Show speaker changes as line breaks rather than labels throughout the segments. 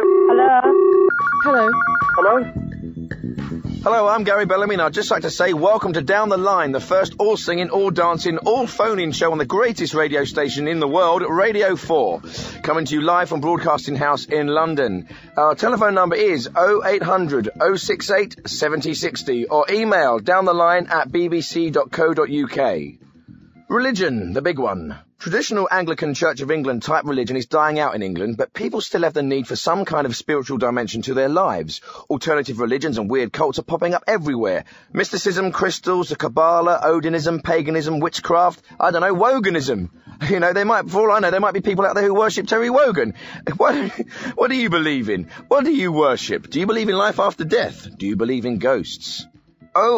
Hello.
Hello.
Hello.
Hello, I'm Gary Bellamy, and I'd just like to say welcome to Down the Line, the first all singing, all dancing, all phone in show on the greatest radio station in the world, Radio 4. Coming to you live from Broadcasting House in London. Our telephone number is 0800 068 7060 or email down the line at bbc.co.uk. Religion, the big one. Traditional Anglican Church of England type religion is dying out in England, but people still have the need for some kind of spiritual dimension to their lives. Alternative religions and weird cults are popping up everywhere. Mysticism, crystals, the Kabbalah, Odinism, paganism, witchcraft, I don't know, Woganism. You know, there might, for all I know, there might be people out there who worship Terry Wogan. What, what do you believe in? What do you worship? Do you believe in life after death? Do you believe in ghosts?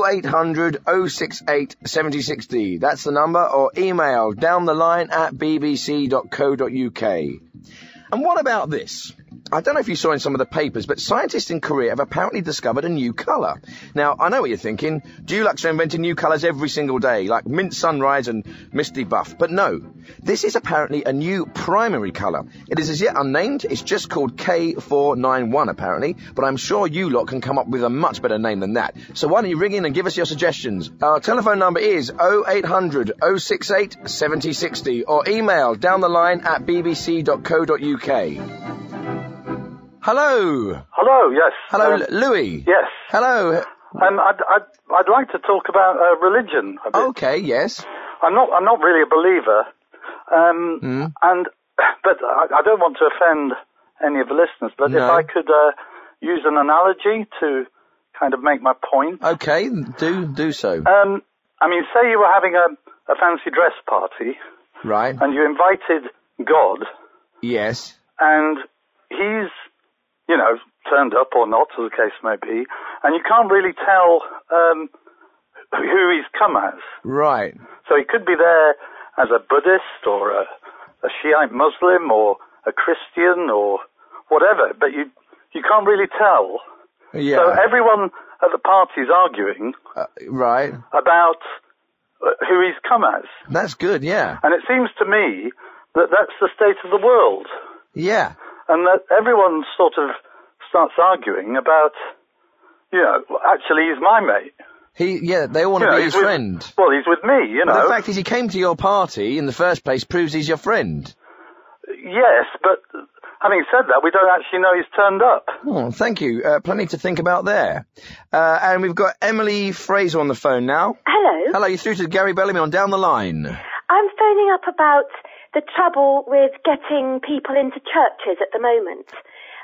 0800 068 7060. That's the number, or email down the line at bbc.co.uk. And what about this? I don't know if you saw in some of the papers, but scientists in Korea have apparently discovered a new colour. Now, I know what you're thinking. Dulux are inventing new colours every single day, like mint sunrise and misty buff. But no, this is apparently a new primary colour. It is as yet unnamed. It's just called K491, apparently. But I'm sure you lot can come up with a much better name than that. So why don't you ring in and give us your suggestions? Our telephone number is 0800 068 7060 or email down the line at bbc.co.uk. Hello.
Hello. Yes.
Hello,
Um,
L- Louis.
yes.
Hello.
Um, I'd, I'd, I'd like to talk about uh, religion. A bit.
Okay, yes.
I'm not. I'm not really a believer. Um,
Mm.
And but I, I don't want to offend any of the listeners. But if
No.
I could uh, use an analogy to kind of make my point.
Okay, do do so.
Um, I mean, say you were having a, a fancy dress party
Right.
and you invited God,
Yes.
and he's, you know, turned up or not, as the case may be, and you can't really tell um, who he's come as.
Right.
So he could be there as a Buddhist or a, a Shiite Muslim or a Christian or whatever, but you you can't really tell.
Yeah.
So everyone at the party's arguing
Uh, right.
about uh, who he's come as,
That's good. Yeah.
and it seems to me that that's the state of the world,
Yeah.
and that everyone sort of starts arguing about. You know, well, actually, he's my mate.
He. Yeah. They all want
You
to
know,
be
he's
his
with-
friend.
Well, he's with me, you
But
know.
the fact is, he came to your party in the first place proves he's your friend.
yes, but having said that, we don't actually know he's turned up.
Oh, thank you. Uh, plenty to think about there. Uh, and we've got Emily Fraser on the phone now.
Hello.
Hello, you're through to Gary Bellamy on Down the Line.
I'm phoning up about the trouble with getting people into churches at the moment.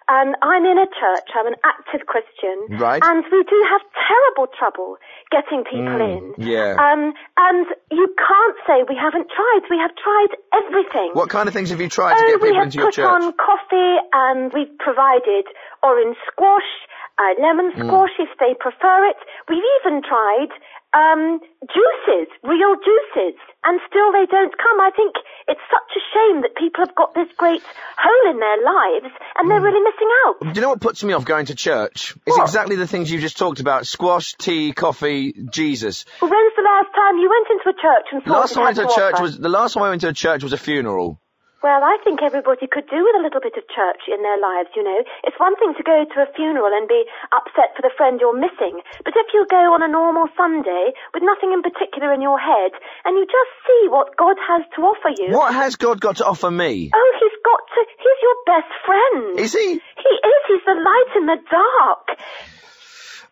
Um, I'm in a church. I'm an active Christian.
Right.
And we do have terrible trouble getting people
Hmm. Mm,
in.
yeah.
Um, and you can't say we haven't tried. We have tried everything.
What kind of things have you tried to
Oh,
get
we
people
have
into your
put
church?
on coffee and we've provided orange squash, uh, lemon
Hmm.
squash if they prefer it. We've even tried um, juices, real juices, and still they don't come. I think it's such a shame that people have got this great hole in their lives and
Hmm.
they're really missing out.
Do you know what puts me off going to church? It's
What?
exactly the things you just talked about: squash, tea, coffee, Jesus.
Well, when's the last time you went into a church and saw
last
what
time I went
it
to a
had to
church
offer?
was the last time I went to a church was a funeral.
Well, I think everybody could do with a little bit of church in their lives, you know. It's one thing to go to a funeral and be upset for the friend you're missing, but if you go on a normal Sunday with nothing in particular in your head and you just see what God has to offer you.
What has God got to offer me?
Oh, he's got to, he's your best friend.
Is he?
He is, he's the light in the dark.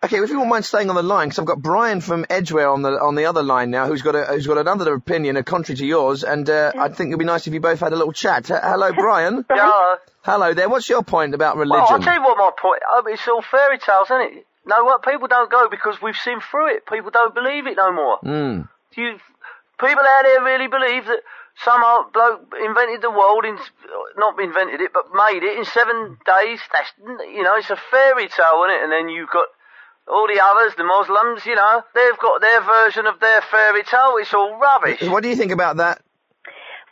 Okay, if you won't mind staying on the line, because I've got Brian from Edgware on the on the other line now, who's got a who's got another opinion, a contrary to yours, and uh,
Mm.
I think it'd be nice if you both had a little chat. H- hello, Brian.
Yeah.
Hello there. What's your point about
Well, I'll
religion?
tell you what my point. Um, it's all fairy tales, isn't it? No, what people don't go because we've seen through it. People don't believe it no more.
Mm.
You, people out there really believe that some old bloke invented the world in, not invented it, but made it in seven days. That's you know, it's a fairy tale, isn't it? And then you've got all the others, the Muslims. You know, they've got their version of their fairy tale. It's all rubbish.
What do you think about that?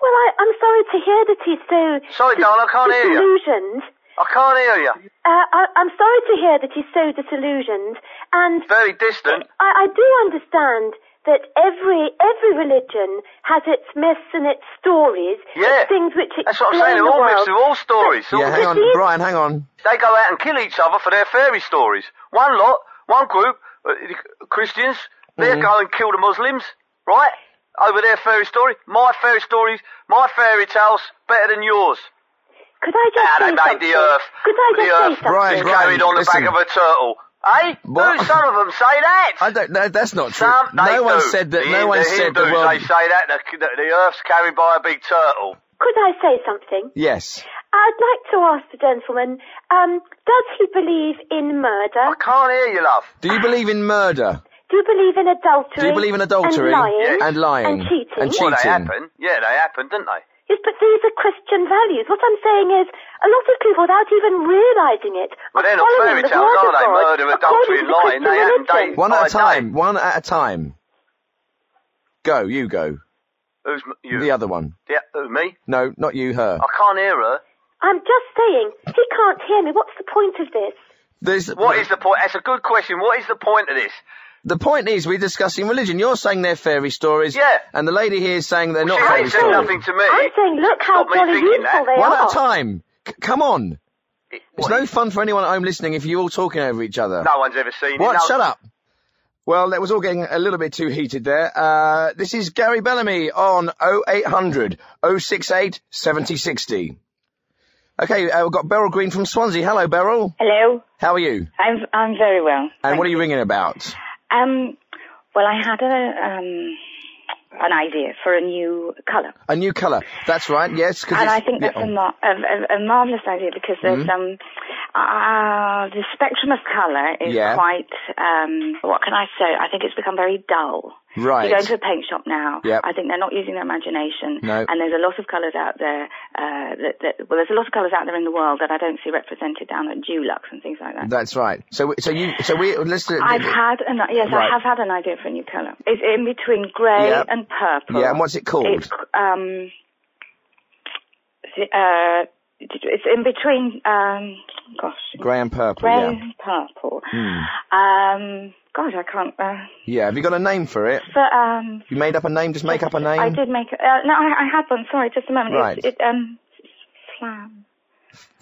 Well, I, I'm sorry to hear that he's so
Sorry, darling, I can't hear you.
disillusioned.
I can't hear you.
Uh, I, I'm sorry to hear that he's so disillusioned and
Very distant.
I, I do understand that every every religion has its myths and its stories,
Yeah.
its things which explain
That's what I'm saying. They're
the
all
world.
myths. They're all stories.
Yeah, hang on,
Disease-
Brian, hang on.
They go out and kill each other for their fairy stories. One lot, one group, uh, Christians, they
Mm-hmm.
go and kill the Muslims, right? Over their fairy story. My fairy stories, my fairy tales, better than yours.
Could I just
Ah,
say
they made
something?
the earth.
Could I
the
just say
earth
something?
Brian,
is
Brian,
carried on the
listen.
back of a turtle. Eh?
What?
Do some of them say that?
I don't. No, that's not true.
Some, they
no one
do.
said that.
The,
no one
the
said the
Hindus,
world.
They say that the, the, the earth's carried by a big turtle.
Could I say something?
Yes.
I'd like to ask the gentleman, um, does he believe in murder?
I can't hear you, love.
Do you believe in murder?
Do you believe in adultery?
Do you believe in adultery
And lying?
Yes.
and lying
And cheating?
and
Well, they
Cheating.
happen. Yeah, they happen, didn't they?
Yes, but these are Christian values. What I'm saying is, a lot of people, without even realising it,
Well,
are
they're not fairy
following the
tales,
word
are
of
they?
God
Murder, adultery,
according to
lying,
the
they
Christian
haven't
religion.
dated.
One at a
I
time. One at a time. Go. You go.
Who's m- you?
The other one.
Yeah, who, me?
No, not you. Her.
I can't hear her.
I'm just saying, he can't hear me. What's the point of this?
There's,
What is the point? That's a good question. What is the point of this?
The point is, we're discussing religion. You're saying they're fairy stories.
Yeah.
And the lady here is saying they're not
she
fairy
ain't said
stories.
nothing to me.
I'm saying, look how
Stop me
jolly
thinking
useful
that.
they
One
are.
at a time. C- come on. It's
What,
no fun for anyone at home listening if you're all talking over each other.
no one's ever seen
What?
it. No,
Shut up. Well, that was all getting a little bit too heated there. Uh, this is Gary Bellamy on 0800 068 7060. Okay, uh, we've got Beryl Green from Swansea. Hello, Beryl.
Hello,
How are you?
I'm I'm very well.
And what are you ringing about?
Um, well, I had a um an idea for a new colour,
A new colour. That's right, yes. 'cause
and
it's-
I think that's
yeah, Mm-hmm.
a, mar- a, a, a marvelous idea because there's um uh, the spectrum of colour is
Yeah.
quite um what can I say? I think it's become very dull.
Right.
You go into a paint shop now.
Yep.
I think they're not using their imagination.
No.
And there's a lot of colours out there. Uh, that, that well, there's a lot of colours out there in the world that I don't see represented down at Dulux and things like that.
That's right. So, so you, so we, let's do
I've had an yes,
Right.
I have had an idea for a new colour. It's in between grey
Yep.
and purple.
Yeah, and what's it called?
It's um, uh, it's in between um, gosh,
grey and purple.
grey
Yeah. Hmm.
and purple. Um, gosh, I can't. Uh,
Yeah. Have you got a name for it?
but um,
You made up a name. Just make up a name.
I did make uh, no, I, I had one. Sorry, just a moment.
Right.
It's It, um, flam,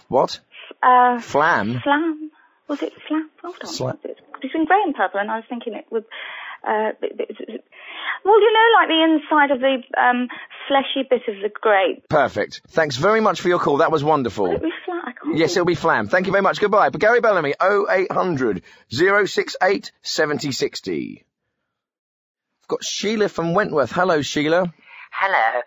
What?
uh,
Flam.
flam. Was it flam? Hold on.
Sla-
was it? Between grey and purple, and I was thinking it would. Uh, b- b- b- well, you know, like the inside of the um, fleshy bit of the grape.
Perfect. Thanks very much for your call. That was wonderful.
It was flat. I can't.
Yes, it'll be flam. Thank you very much. Goodbye. But Gary Bellamy, 0800 068 7060. I've got Sheila from Wentworth. Hello, Sheila.
Hello.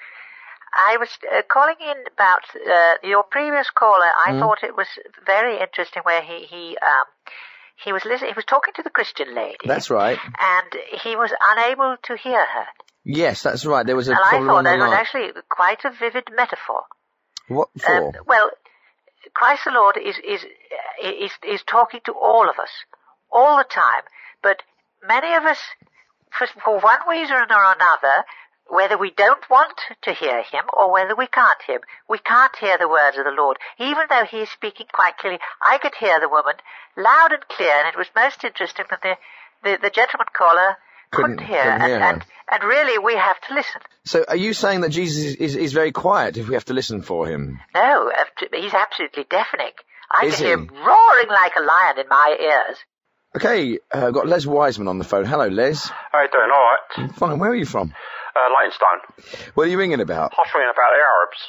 I was uh, calling in about uh, your previous caller. I
Mm-hmm.
thought it was very interesting where he he um, he was listening. He was talking to the Christian lady,
That's right.
and he was unable to hear her.
Yes, that's right. There was a
And I
problem
thought
on the
that was
line.
actually quite a vivid metaphor.
What for?
Um, well, Christ the Lord is is uh, is is talking to all of us all the time, but many of us, for, for one reason or another, whether we don't want to hear Him or whether we can't hear Him, we can't hear the words of the Lord, even though He is speaking quite clearly. I could hear the woman loud and clear, and it was most interesting that the the, the gentleman caller. Couldn't,
Couldn't-
hear,
couldn't
and,
hear her.
and and really we have to listen.
so are you saying that Jesus is, is, is very quiet if we have to listen for him?
No, uh, he's absolutely deafening. I
Is
can hear
he?
him roaring like a lion in my ears.
Okay, uh, I've got Les Wiseman on the phone. Hello, Les.
How you doing? All right.
Fine, where are you from?
Uh, Leightonstone.
What are you ringing about?
I was reading about the Arabs.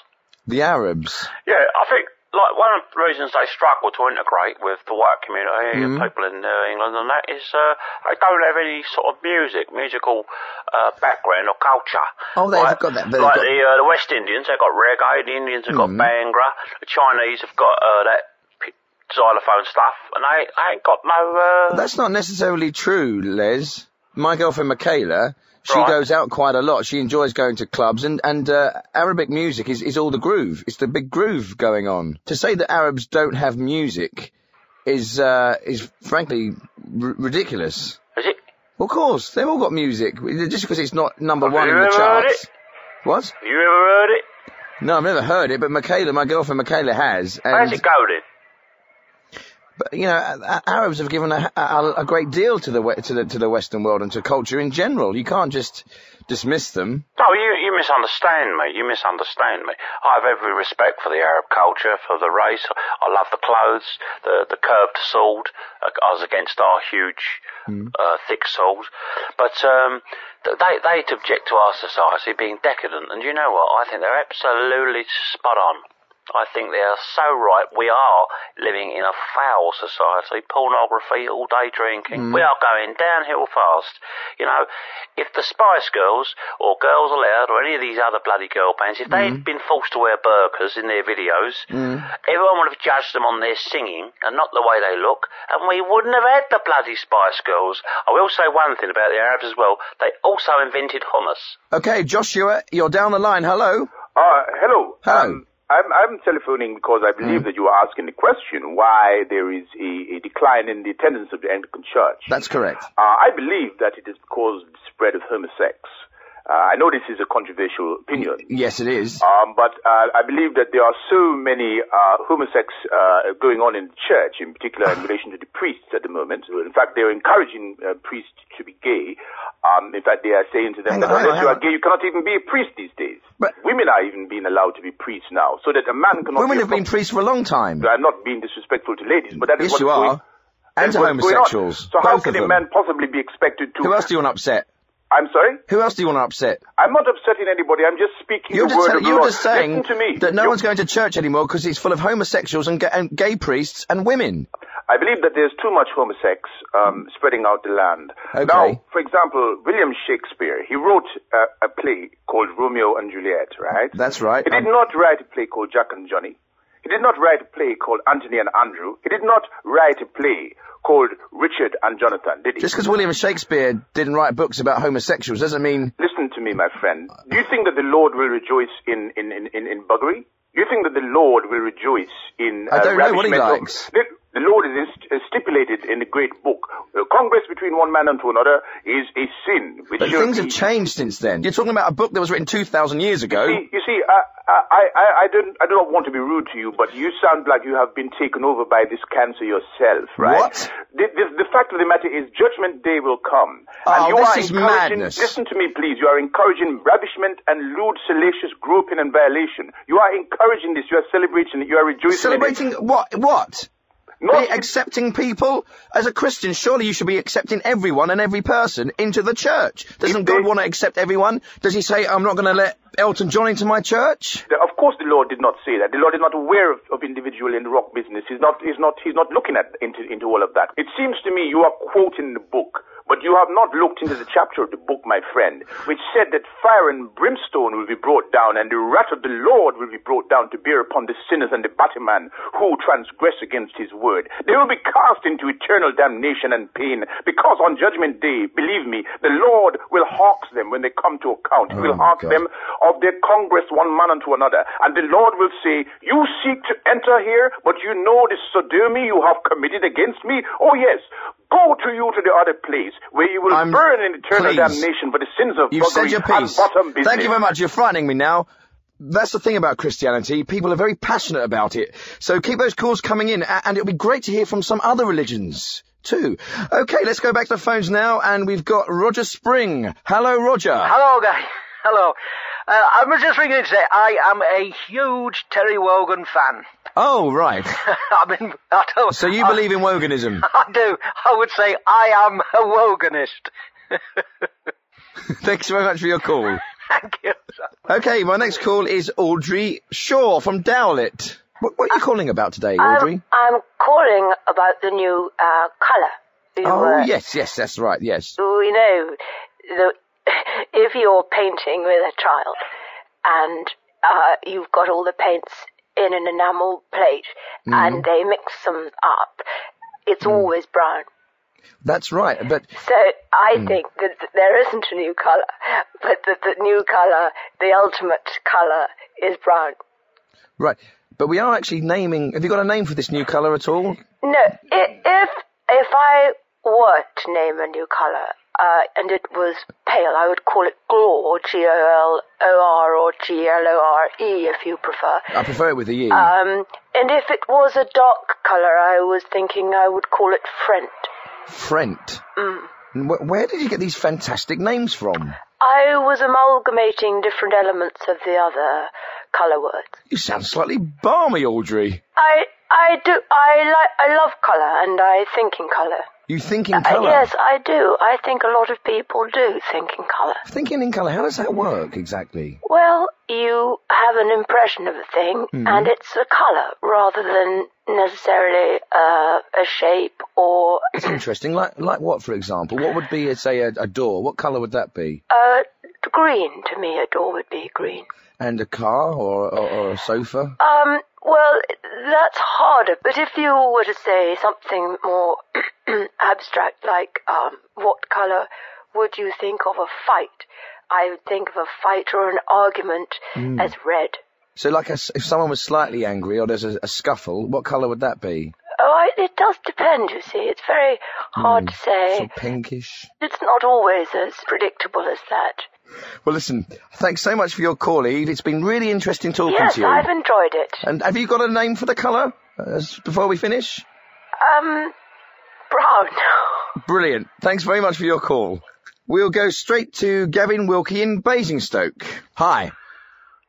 The Arabs.
Yeah, I think like one of the reasons they struggle to integrate with the white community and
Mm-hmm.
people in uh, England and that is uh, they don't have any sort of music, musical uh, background or culture.
Oh, they've
Like-
got that, they've
Like
got- Mm-hmm.
the uh, the West Indians, they've got reggae. The Indians have got bangra. The Chinese have got uh, that p- xylophone stuff, and they, they ain't got no. Uh,
That's not necessarily true, Les. My girlfriend Michaela, she
Right.
goes out quite a lot. She enjoys going to clubs, and and uh, Arabic music is is all the groove. It's the big groove going on. To say that Arabs don't have music is uh, is frankly r- ridiculous.
is it?
Of course, they've all got music. Just because it's not number one in
you
the
ever heard
charts. What?
Have you ever heard it?
No, I've never heard it, but Michaela, my girlfriend Michaela has. And
How's it go then?
But, you know, A- A- Arabs have given a, a, a great deal to the, we- to the to the Western world and to culture in general. You can't just dismiss them.
No, you, you misunderstand me. You misunderstand me. I have every respect for the Arab culture, for the race. I love the clothes, the, the curved sword, uh, as against our huge, uh, thick swords. But um, th- they, they object to our society being decadent. And you know what? I think they're absolutely spot on. I think they are so right. We are living in a foul society. Pornography, all day drinking. We are going downhill fast. You know, if the Spice Girls or Girls Aloud or any of these other bloody girl bands, if they had been forced to wear burqas in their videos,
Mm.
everyone would have judged them on their singing and not the way they look, and we wouldn't have had the bloody Spice Girls. I will say one thing about the Arabs as well. They also invented hummus.
Okay, Joshua, you're down the line. Hello.
Uh, hello.
Hello.
Um, I'm, I'm telephoning because I believe that you are asking the question why there is a, a decline in the attendance of the Anglican Church.
That's correct.
Uh, I believe that it is because of the spread of homosex. Uh, I know this is a controversial opinion.
Yes, it is.
Um, but uh, I believe that there are so many uh, homosex uh, going on in the church, in particular in relation to the priests at the moment. In fact, they're encouraging uh, priests to be gay. Um, in fact, they are saying to
Hang
them
on,
that
hang on,
unless you
hang
are
on.
gay, you cannot even be a priest these days.
But-
Women are even being allowed to be priests now, so that a man cannot.
Women
be a
have been
pro-
priests for a long time.
I'm not being disrespectful to ladies, but that is
Yes,
what's
you
going-
are. And
that's
to
what's going on.
homosexuals.
So how
both
can
of
a
them.
man possibly be expected to?
Who else do you want to upset?
I'm sorry.
Who else do you want to upset?
I'm not upsetting anybody. I'm just speaking
You're
the
just,
word
tell-
of the
you're
Lord.
just saying
Listen to me.
that no
You-
one's going to church anymore because it's full of homosexuals and, ga- and gay priests and women.
I believe that there's too much homosex um, spreading out the land.
Hmm. Okay.
Now, for example, William Shakespeare, he wrote a, a play called Romeo and Juliet, right?
That's right.
He did
Um,
not write a play called Jack and Johnny. He did not write a play called Antony and Andrew. He did not write a play called Richard and Jonathan, did he?
Just because William Shakespeare didn't write books about homosexuals doesn't mean
Listen to me, my friend. Do you think that the Lord will rejoice in, in, in, in, in buggery? Do you think that the Lord will rejoice in
I
uh,
don't know what he
ravishment of-
likes.
The, the Lord is inst- uh, stipulated in the great book. Uh, congress between one man and to another is a sin. Which
But
shall
things have
be-
changed since then. You're talking about a book that was written 2,000 years ago.
See, you see, I, I, I, I don't, I do not want to be rude to you, but you sound like you have been taken over by this cancer yourself, right?
What?
The, the, the fact of the matter is, Judgment Day will come,
Oh,
and you
this
are
is
encouraging.
madness.
Listen to me, please. You are encouraging ravishment and lewd, salacious groping and violation. You are encouraging this. You are celebrating it. You are rejoicing. in it.
Celebrating what? What?
Not
Be accepting people? As a Christian, surely you should be accepting everyone and every person into the church. Doesn't
If they-
God want to accept everyone? Does he say, I'm not going to let Elton John into my church?
Of course, the Lord did not say that. The Lord is not aware of, of individual in the rock business. He's not. He's not. He's not looking at into, into all of that. It seems to me you are quoting the book, but you have not looked into the chapter of the book, my friend, which said that fire and brimstone will be brought down, and the wrath of the Lord will be brought down to bear upon the sinners and the batman who transgress against His word. They will be cast into eternal damnation and pain, because on judgment day, believe me, the Lord will hawk them when they come to account. He will
my
hawk
Oh, God.
them of their congress one man unto another. And the Lord will say, You seek to enter here, but you know the sodomy you have committed against me? Oh, yes. Go to you to the other place where you will
I'm-
burn in eternal
please.
damnation for the sins of
You've said
buggery
your
and
piece.
bottom business.
Thank you very much. You're frightening me now. That's the thing about Christianity. People are very passionate about it. So keep those calls coming in, a- and it'll be great to hear from some other religions too. Okay, let's go back to the phones now, and we've got Roger Spring. Hello, Roger.
Hello, guy. Hello. Uh, I'm just ringing in to say I am a huge Terry Wogan fan.
Oh, right.
I mean, I don't,
So you
I-
believe in Woganism?
I do. I would say I am a Woganist.
Thanks very much for your call.
Thank you.
Okay, my next call is Audrey Shaw from Dowlett. What, what are you calling about today,
Um,
Audrey?
I'm, I'm calling about the new uh, colour. You,
Oh,
uh,
yes, yes, that's right, yes.
We know the, if you're painting with a child and uh, you've got all the paints in an enamel plate
Mm-hmm.
and they mix them up,
Mm.
it's always brown.
That's right, but
So I
Mm.
think that th- there isn't a new colour, but that the new colour, the ultimate colour, is brown.
Right. But we are actually naming. Have you got a name for this new colour at all?
No, i- if if I were to name a new color, uh, and it was pale. I would call it glor, G O L O R or G L O R E if you prefer.
I prefer it with the E.
Um, and if it was a dark colour, I was thinking I would call it Frent.
Frent.
mm.
And wh- where did you get these fantastic names from?
I was amalgamating different elements of the other colour words.
You sound slightly balmy, Audrey.
I I do I like I love colour and I think in colour.
You think in
Uh,
colour.
yes, I do. I think a lot of people do think in colour.
Thinking in colour, how does that work exactly?
Well, you have an impression of a thing, and it's a colour rather than necessarily uh, a shape or
It's interesting. Like, like what, for example? What would be, uh, say, a, a door? What colour would that be?
uh, green. To me, a door would be green.
And a car or, or, or a sofa?
Um, well, that's harder. But if you were to say something more abstract, like um, what colour would you think of a fight? I would think of a fight or an argument as red.
So, like, a s if someone was slightly angry or there's a, a scuffle, what colour would that be?
Oh, I, it does depend, you see. It's very hard to say.
Sort of pinkish.
It's not always as predictable as that.
Well, listen, thanks so much for your call, Eve. It's been really interesting talking
Yes,
to you.
I've enjoyed it.
And have you got a name for the colour uh, s- before we finish?
Um, brown.
Brilliant. Thanks very much for your call. We'll go straight to Gavin Wilkie in Basingstoke. Hi.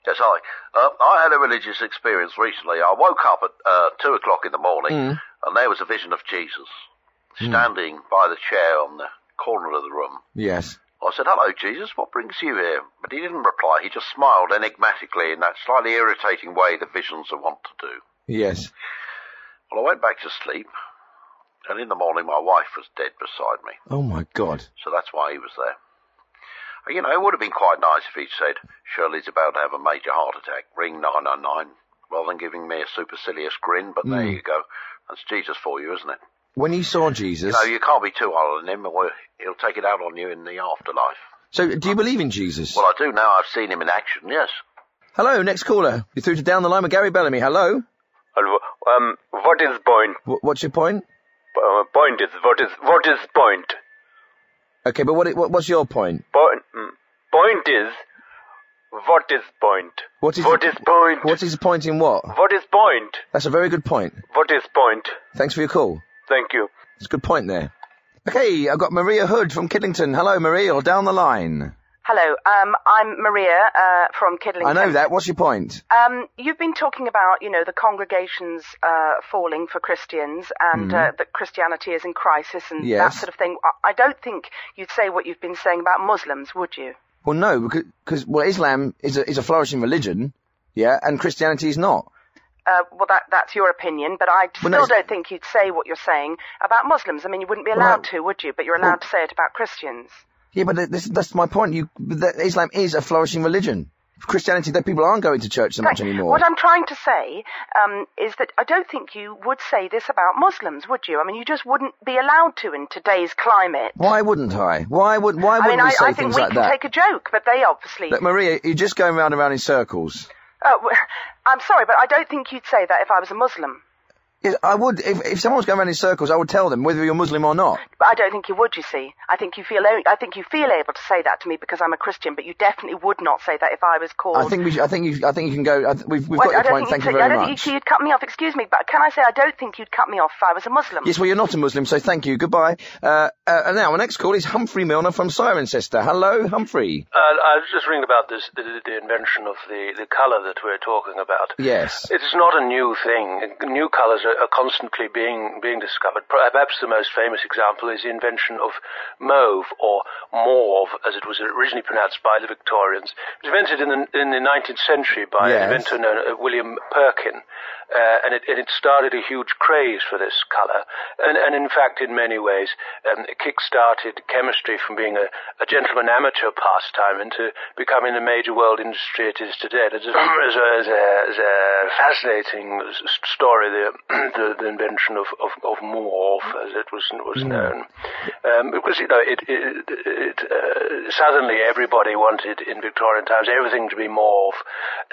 Yes, hi. Uh, I had a religious experience recently. I woke up at uh, two o'clock in the morning,
Mm.
and there was a vision of Jesus standing by the chair on the corner of the room.
Yes.
I said, "Hello, Jesus. What brings you here?" But he didn't reply. He just smiled enigmatically in that slightly irritating way the visions are wont to do.
Yes.
Well, I went back to sleep, and in the morning my wife was dead beside me,
Oh my God.
so that's why he was there. You know, it would have been quite nice if he'd said, Shirley's about to have a major heart attack, ring 999, rather than giving me a supercilious grin, but there you go. That's Jesus for you, isn't it?
When you saw Jesus.
No, you can't be too hard on him, or he'll take it out on you in the afterlife.
So, do you believe in Jesus?
Well, I do now. I've seen him in action, yes.
Hello, next caller. You threw to down the line with Gary Bellamy. Hello.
Hello. Um, what is point?
Wh- what's your point?
Uh, point is what is what is point?
Okay, but what, i- what what's your point?
Point mm, point is what is point?
What is
what is point?
What is the point in what?
what is point?
That's a very good point.
What is point?
Thanks for your call.
Thank you.
It's a good point there. Okay, I've got Maria Hood from Kidlington. Hello, Maria, or down the line.
Hello, um, I'm Maria uh, from Kidlington.
I know that. What's your point?
Um, you've been talking about, you know, the congregations uh, falling for Christians and uh, that Christianity is in crisis and that
Hmm. Yes.
sort of thing. I- I don't think you'd say what you've been saying about Muslims, would you?
Well, no, because, because well, Islam is a, is a flourishing religion, yeah, and Christianity is not.
Uh, well, that, that's your opinion, but I
Well,
still
no, it's-
don't think you'd say what you're saying about Muslims. I mean, you wouldn't be
Well,
allowed
I-
to, would you? But you're allowed
Well-
to say it about Christians.
Yeah, but th- this, that's my point. You, that Islam is a flourishing religion. Christianity, that people aren't going to church so much
Right.
anymore.
What I'm trying to say um, is that I don't think you would say this about Muslims, would you? I mean, you just wouldn't be allowed to in today's climate.
why wouldn't I? Why would why
I
wouldn't
mean,
we
I,
say
I think
things
we
like
can
that?
take a joke, but they obviously.
Look, Maria, you're just going round and round in circles.
Oh, well, I'm sorry, but I don't think you'd say that if I was a Muslim.
Yes, I would if if someone was going round in circles, I would tell them whether you're Muslim or not.
But I don't think you would. You see, I think you feel o- I think you feel able to say that to me because I'm a Christian, but you definitely would not say that if I was called.
I think we should, I think you I think you can go. I th- we've we've got
Well, I
your
don't
point.
think
Thank you
you'd- I
very
don't
much.
think you'd cut me off. Excuse me, but can I say I don't think you'd cut me off if I was a Muslim?
Yes, well, you're not a Muslim, so thank you. Goodbye. Uh, uh, and now, our next call is Humphrey Milner from Cirencester. Hello, Humphrey.
Uh, I was just reading about this the, the invention of the, the colour that we're talking about.
Yes.
It is not a new thing. New colours are, are constantly being being discovered. Perhaps the most famous example is the invention of mauve or mauve, as it was originally pronounced by the Victorians. It was invented in the, in the 19th century by an
Yes.
inventor known as William Perkin, uh, and, it, and it started a huge craze for this colour. And, and in fact, in many ways, um, it kick-started chemistry from being a, a gentleman amateur pastime into becoming the major world industry it is today. It is a, is a, is a, is a fascinating s- story, the, the, the invention of, of, of morph, as it was, was known. Um, because, you know, it, it, it, uh, suddenly everybody wanted, in Victorian times, everything to be morph,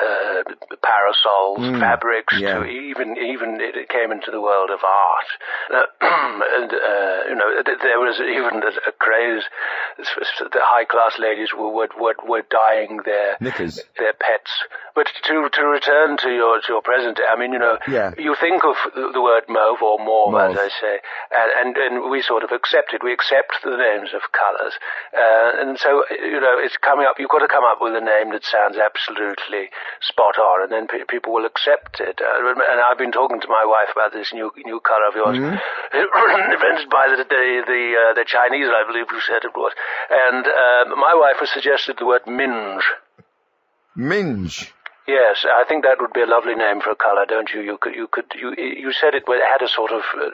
uh, parasols, fabrics,
Yeah.
to know, even even it it came into the world of art, uh, and uh, you know, th- there was even a, a craze. The high class ladies were were, were were dyeing their
Knickers.
their pets. But to to return to your to your present, I mean, you know,
Yeah.
you think of the word mauve or mauve,
Mauve.
as I say, and, and and we sort of accept it. We accept the names of colours, uh, and so you know, it's coming up. You've got to come up with a name that sounds absolutely spot on, and then pe- people will accept it. Uh, and I've been talking to my wife about this new new colour of yours,
Mm-hmm.
invented by the the the, uh, the Chinese, I believe you said it was. And um, my wife has suggested the word minge.
Minge.
Yes, I think that would be a lovely name for a colour, don't you? You could, you could, you, you said it had a sort of, uh,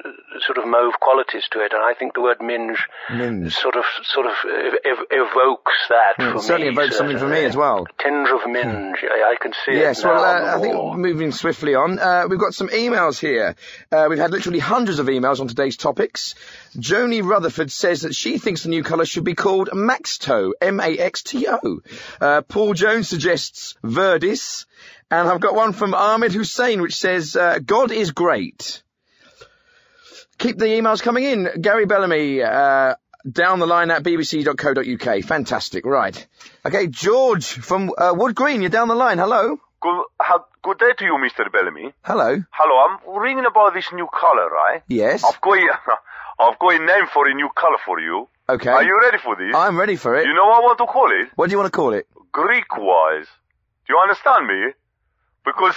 sort of mauve qualities to it, and I think the word minge
Minge.
sort of, sort of ev- ev- evokes that
Yeah,
for
it certainly
me.
evokes something for me as well. Hmm.
Tinge of minge, I, I can see
Yes,
it now
well,
on the
uh, I think moving swiftly on, uh, we've got some emails here. Uh, we've had literally hundreds of emails on today's topics. Joni Rutherford says that she thinks the new colour should be called Maxto, M-A-X-T-O. Uh, Paul Jones suggests Verdis. And I've got one from Ahmed Hussein, which says, uh, God is great. Keep the emails coming in. Gary Bellamy, uh, down the line at bbc.co.uk. Fantastic. Right. Okay, George from uh, Wood Green, you're down the line. Hello.
Good, ha- good day to you, Mr. Bellamy.
Hello.
Hello, I'm ringing about this new color, right?
Yes.
I've got, a- I've got a name for a new color for you.
Okay.
Are you ready for this?
I'm ready for it.
You know what I want to call it?
What do you want to call it?
Greek wise. Do you understand me? Because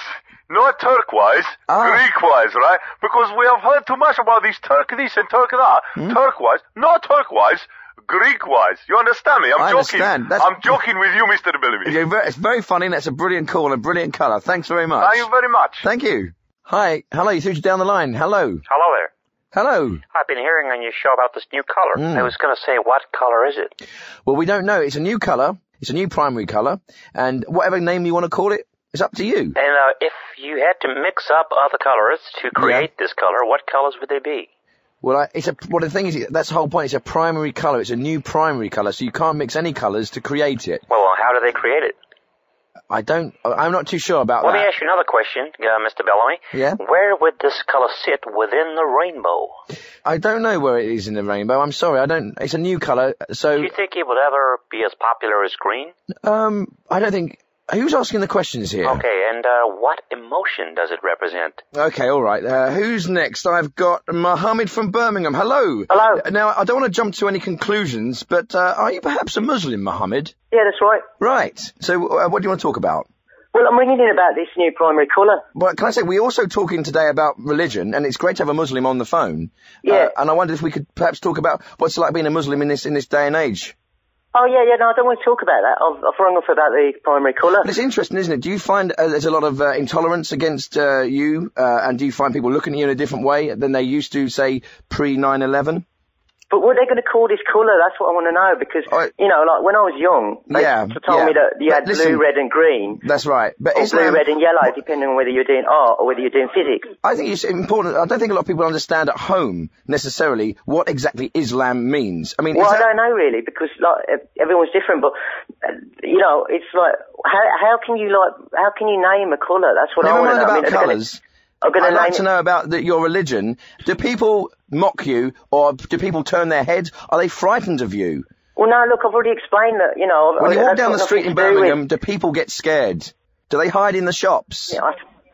not turquoise,
Ah.
Greek wise, right? Because we have heard too much about this Turk this and Turk that.
Hmm?
Turquoise, not turquoise, Greek wise. You understand me? I'm
I
joking.
understand. That's-
I'm joking with you, Mr. Bellamy.
You're ve- It's very funny. and That's a brilliant call and a brilliant colour. Thanks very much.
Thank you very much.
Thank you. Hi. Hello. You through to down the line. Hello.
Hello there.
Hello.
I've been hearing on your show about this new color.
Mm.
I was going to say, what color is it?
Well, we don't know. It's a new colour. It's a new primary colour. And whatever name you want to call it, it's up to you.
And uh, if you had to mix up other colors to create this color, what colors would they be?
Well, I, it's a, well, the thing is, that's the whole point. It's a primary colour. It's a new primary colour. So you can't mix any colours to create it.
Well, how do they create it?
I don't, I'm not too sure about
Let me
that.
ask you another question, uh, Mr. Bellamy.
Uh, Yeah.
Where would this color sit within the rainbow?
I don't know where it is in the rainbow. I'm sorry. I don't, it's a new colour. So.
Do you think it would ever be as popular as green?
Um, I don't think. Who's asking the questions here?
Okay, and uh, what emotion does it represent?
Okay, all right. Uh, who's next? I've got Mohammed from Birmingham. Hello. Hello. Now, I don't want to jump to any conclusions, but uh, are you perhaps a Muslim, Mohammed?
Yeah, that's right.
Right. So, uh, what do you want to talk about?
Well, I'm ringing in about this new primary colour.
Well, can I say we're also talking today about religion, and it's great to have a Muslim on the phone. Yeah. and I wondered if we could perhaps talk about what's it like being a Muslim in this in this day and age.
Oh, yeah, yeah, no, I don't want to talk about that. I've, I've rung off about the primary colour.
But it's interesting, isn't it? Do you find uh, there's a lot of uh, intolerance against uh, you, uh, and do you find people looking at you in a different way than they used to, say, pre 9 11?
But what are they going to call this colour? That's what I want to know because, you know, like when I was young, they
Yeah,
t- told
yeah.
me that you
But
had
listen-
blue, red and green.
That's right. But
or
Islam,
blue, red and yellow, depending on whether you're doing art or whether you're doing physics.
I think it's important. I don't think a lot of people understand at home necessarily what exactly Islam means. I mean,
well,
is
I
that-
don't know really because like ev- everyone's different, but uh, you know, it's like how how can you like how can you name a colour? That's what I
never
want to
mind
know. I
about
mean, are they gonna-
colours.
I'm gonna
I'd like
name
to
it-
know about the, your religion. Do people mock you, or do people turn their heads? Are they frightened of you?
Well, no, look, I've already explained that. You know,
When
I-
you walk
that's
down
got
the street in
nothing to do with-
Birmingham, do people get scared? Do they hide in the shops?
Yeah,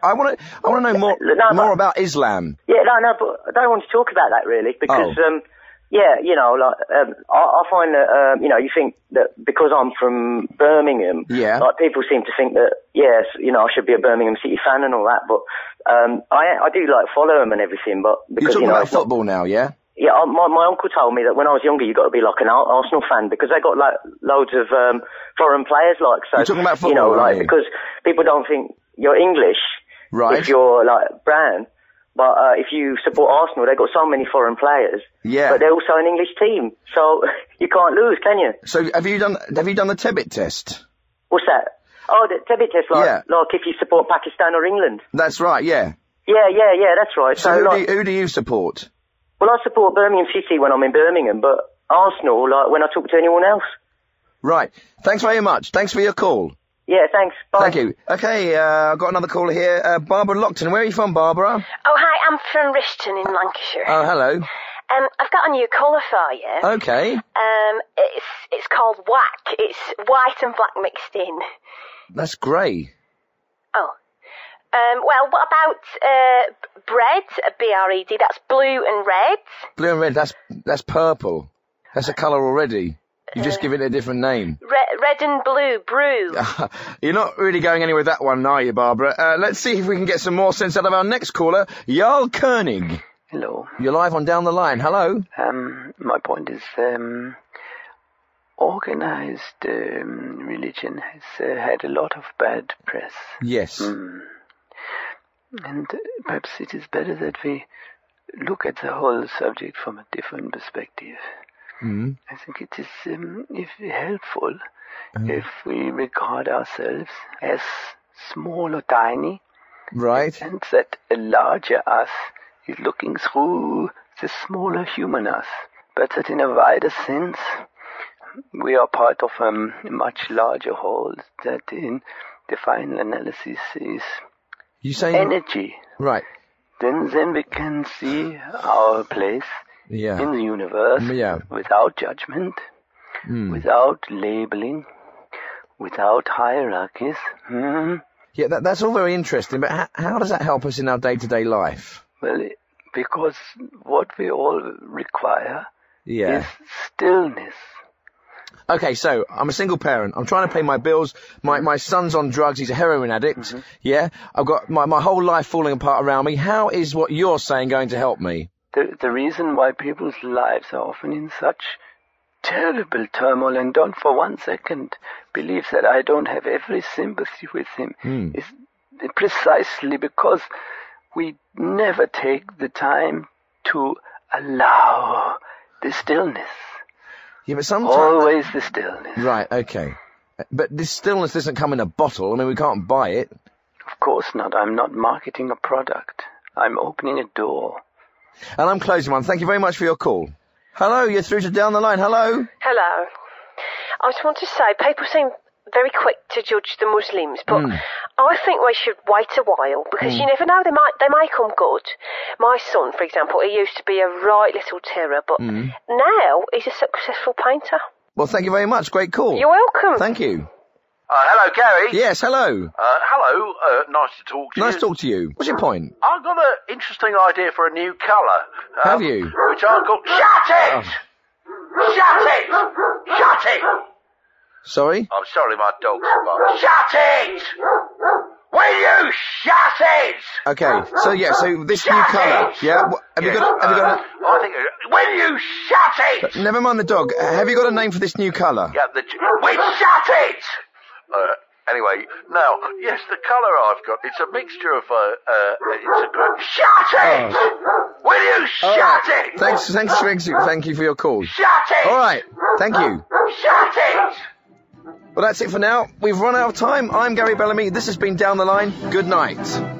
I,
want to. I want to know more more about Islam.
Yeah, no, no, but I don't want to talk about that really because,
Oh.
um, yeah, you know, like um, I, I find that um, you know you think that because I'm from Birmingham,
Yeah.
like people seem to think that yes, you know, I should be a Birmingham City fan and all that, but um, I I do like follow them and everything, but
You're
because
talking
you know,
about
it's not-
football now, yeah?
yeah, I- my my uncle told me that when I was younger, you got to be like an Ar- Arsenal fan because they got like loads of um, foreign players. Like so,
You're talking about
you
football,
know, like
aren't you?
because people don't think you're English
Right.
if you're like brown. But uh, if you support Arsenal, they got so many foreign players.
Yeah.
But they're also an English team, so you can't lose, can you?
So have you done have you done the Tebbit test?
What's that? Oh, the Tebbit test, like
Yeah.
like if you support Pakistan or England.
That's right, yeah.
Yeah, yeah, yeah. That's right.
So,
So,
who,
like,
do you, who do you support?
well, I support Birmingham City when I'm in Birmingham, but Arsenal, like when I talk to anyone else.
Right. Thanks very much. Thanks for your call.
Yeah, thanks. Bye.
Thank you. Okay, uh, I've got another caller here. Uh, Barbara Lockton. Where are you from, Barbara?
Oh, hi, I'm from Rishton in Lancashire.
Oh, hello.
Um, I've got a new colour for you.
Okay.
Um, it's it's called whack. It's white and black mixed in.
That's grey.
Oh. Um, well, what about uh, b- bread? uh, B R E D. That's blue and red.
Blue and red, that's, that's purple. That's a colour already. You've
Uh.
just given it a different name.
Re- red and blue brew.
You're not really going anywhere with that one, are you, Barbara? Uh, let's see if we can get some more sense out of our next caller, Jarl Koenig.
Hello.
You're live on Down the Line. Hello.
Um, my point is, um, organized um, religion has uh, had a lot of bad press, Hmm.
Yes.
and perhaps it is better that we look at the whole subject from a different perspective.
Mm.
I think it is um, if helpful
Uh,
if we regard ourselves as small or tiny,
right,
and that a larger us is looking through the smaller human us, but that in a wider sense we are part of um, a much larger whole that in the final analysis is
You saying
energy.
Right.
Then, then we can see our place
Yeah.
in the universe without judgment,
Mm.
without labeling, without hierarchies. Hmm.
Yeah, that, that's all very interesting, but how, how does that help us in our day-to-day life?
Well, it- because what we all require
Yeah.
is stillness.
Okay, so I'm a single parent. I'm trying to pay my bills. My my son's on drugs. He's a heroin addict.
Mm-hmm.
Yeah, I've got my my whole life falling apart around me. How is what you're saying going to help me?
The, the reason why people's lives are often in such terrible turmoil, and don't for one second believe that I don't have every sympathy with him,
Hmm.
is precisely because we never take the time to allow the stillness.
Yeah, but sometimes
Always the stillness.
Right. Okay. But this stillness doesn't come in a bottle. I mean, we can't buy it.
Of course not. I'm not marketing a product. I'm opening a door.
And I'm closing one. Thank you very much for your call. Hello, you're through to down the line. Hello.
Hello. I just want to say people seem very quick to judge the Muslims, but
Mm.
I think we should wait a while because you
Mm.
never know they might they may come good. My son, for example, he used to be a right little terror, but
Mm.
now he's a successful painter.
Well, thank you very much. Great call.
You're welcome.
Thank you.
Uh, hello, Gary.
Yes. Hello.
Uh, hello. Uh, nice to talk to
Nice
you.
to talk to you. What's your point?
I've got an interesting idea for a new colour.
Have you?
Which I've got. Shut it! Shut it! Shut it!
Sorry.
I'm sorry, my dog's barking. Shut it! Will you shut it?
Okay. So yeah. So this new
Shut
colour.
it!
Yeah. What, have you got? A, have you got? A,
I think. Will you shut it?
Never mind the dog. Have you got a name for this new colour?
Yeah, the. We shut it! Uh, anyway, now, yes, the colour I've got, it's a mixture of, uh, uh, it's a gr- Shut it! Will you shut it?
Thanks, thanks, thanks, thank you for your call.
Shut it!
All right, thank you.
Shut it!
Well, that's it for now. We've run out of time. I'm Gary Bellamy. This has been Down the Line. Good night.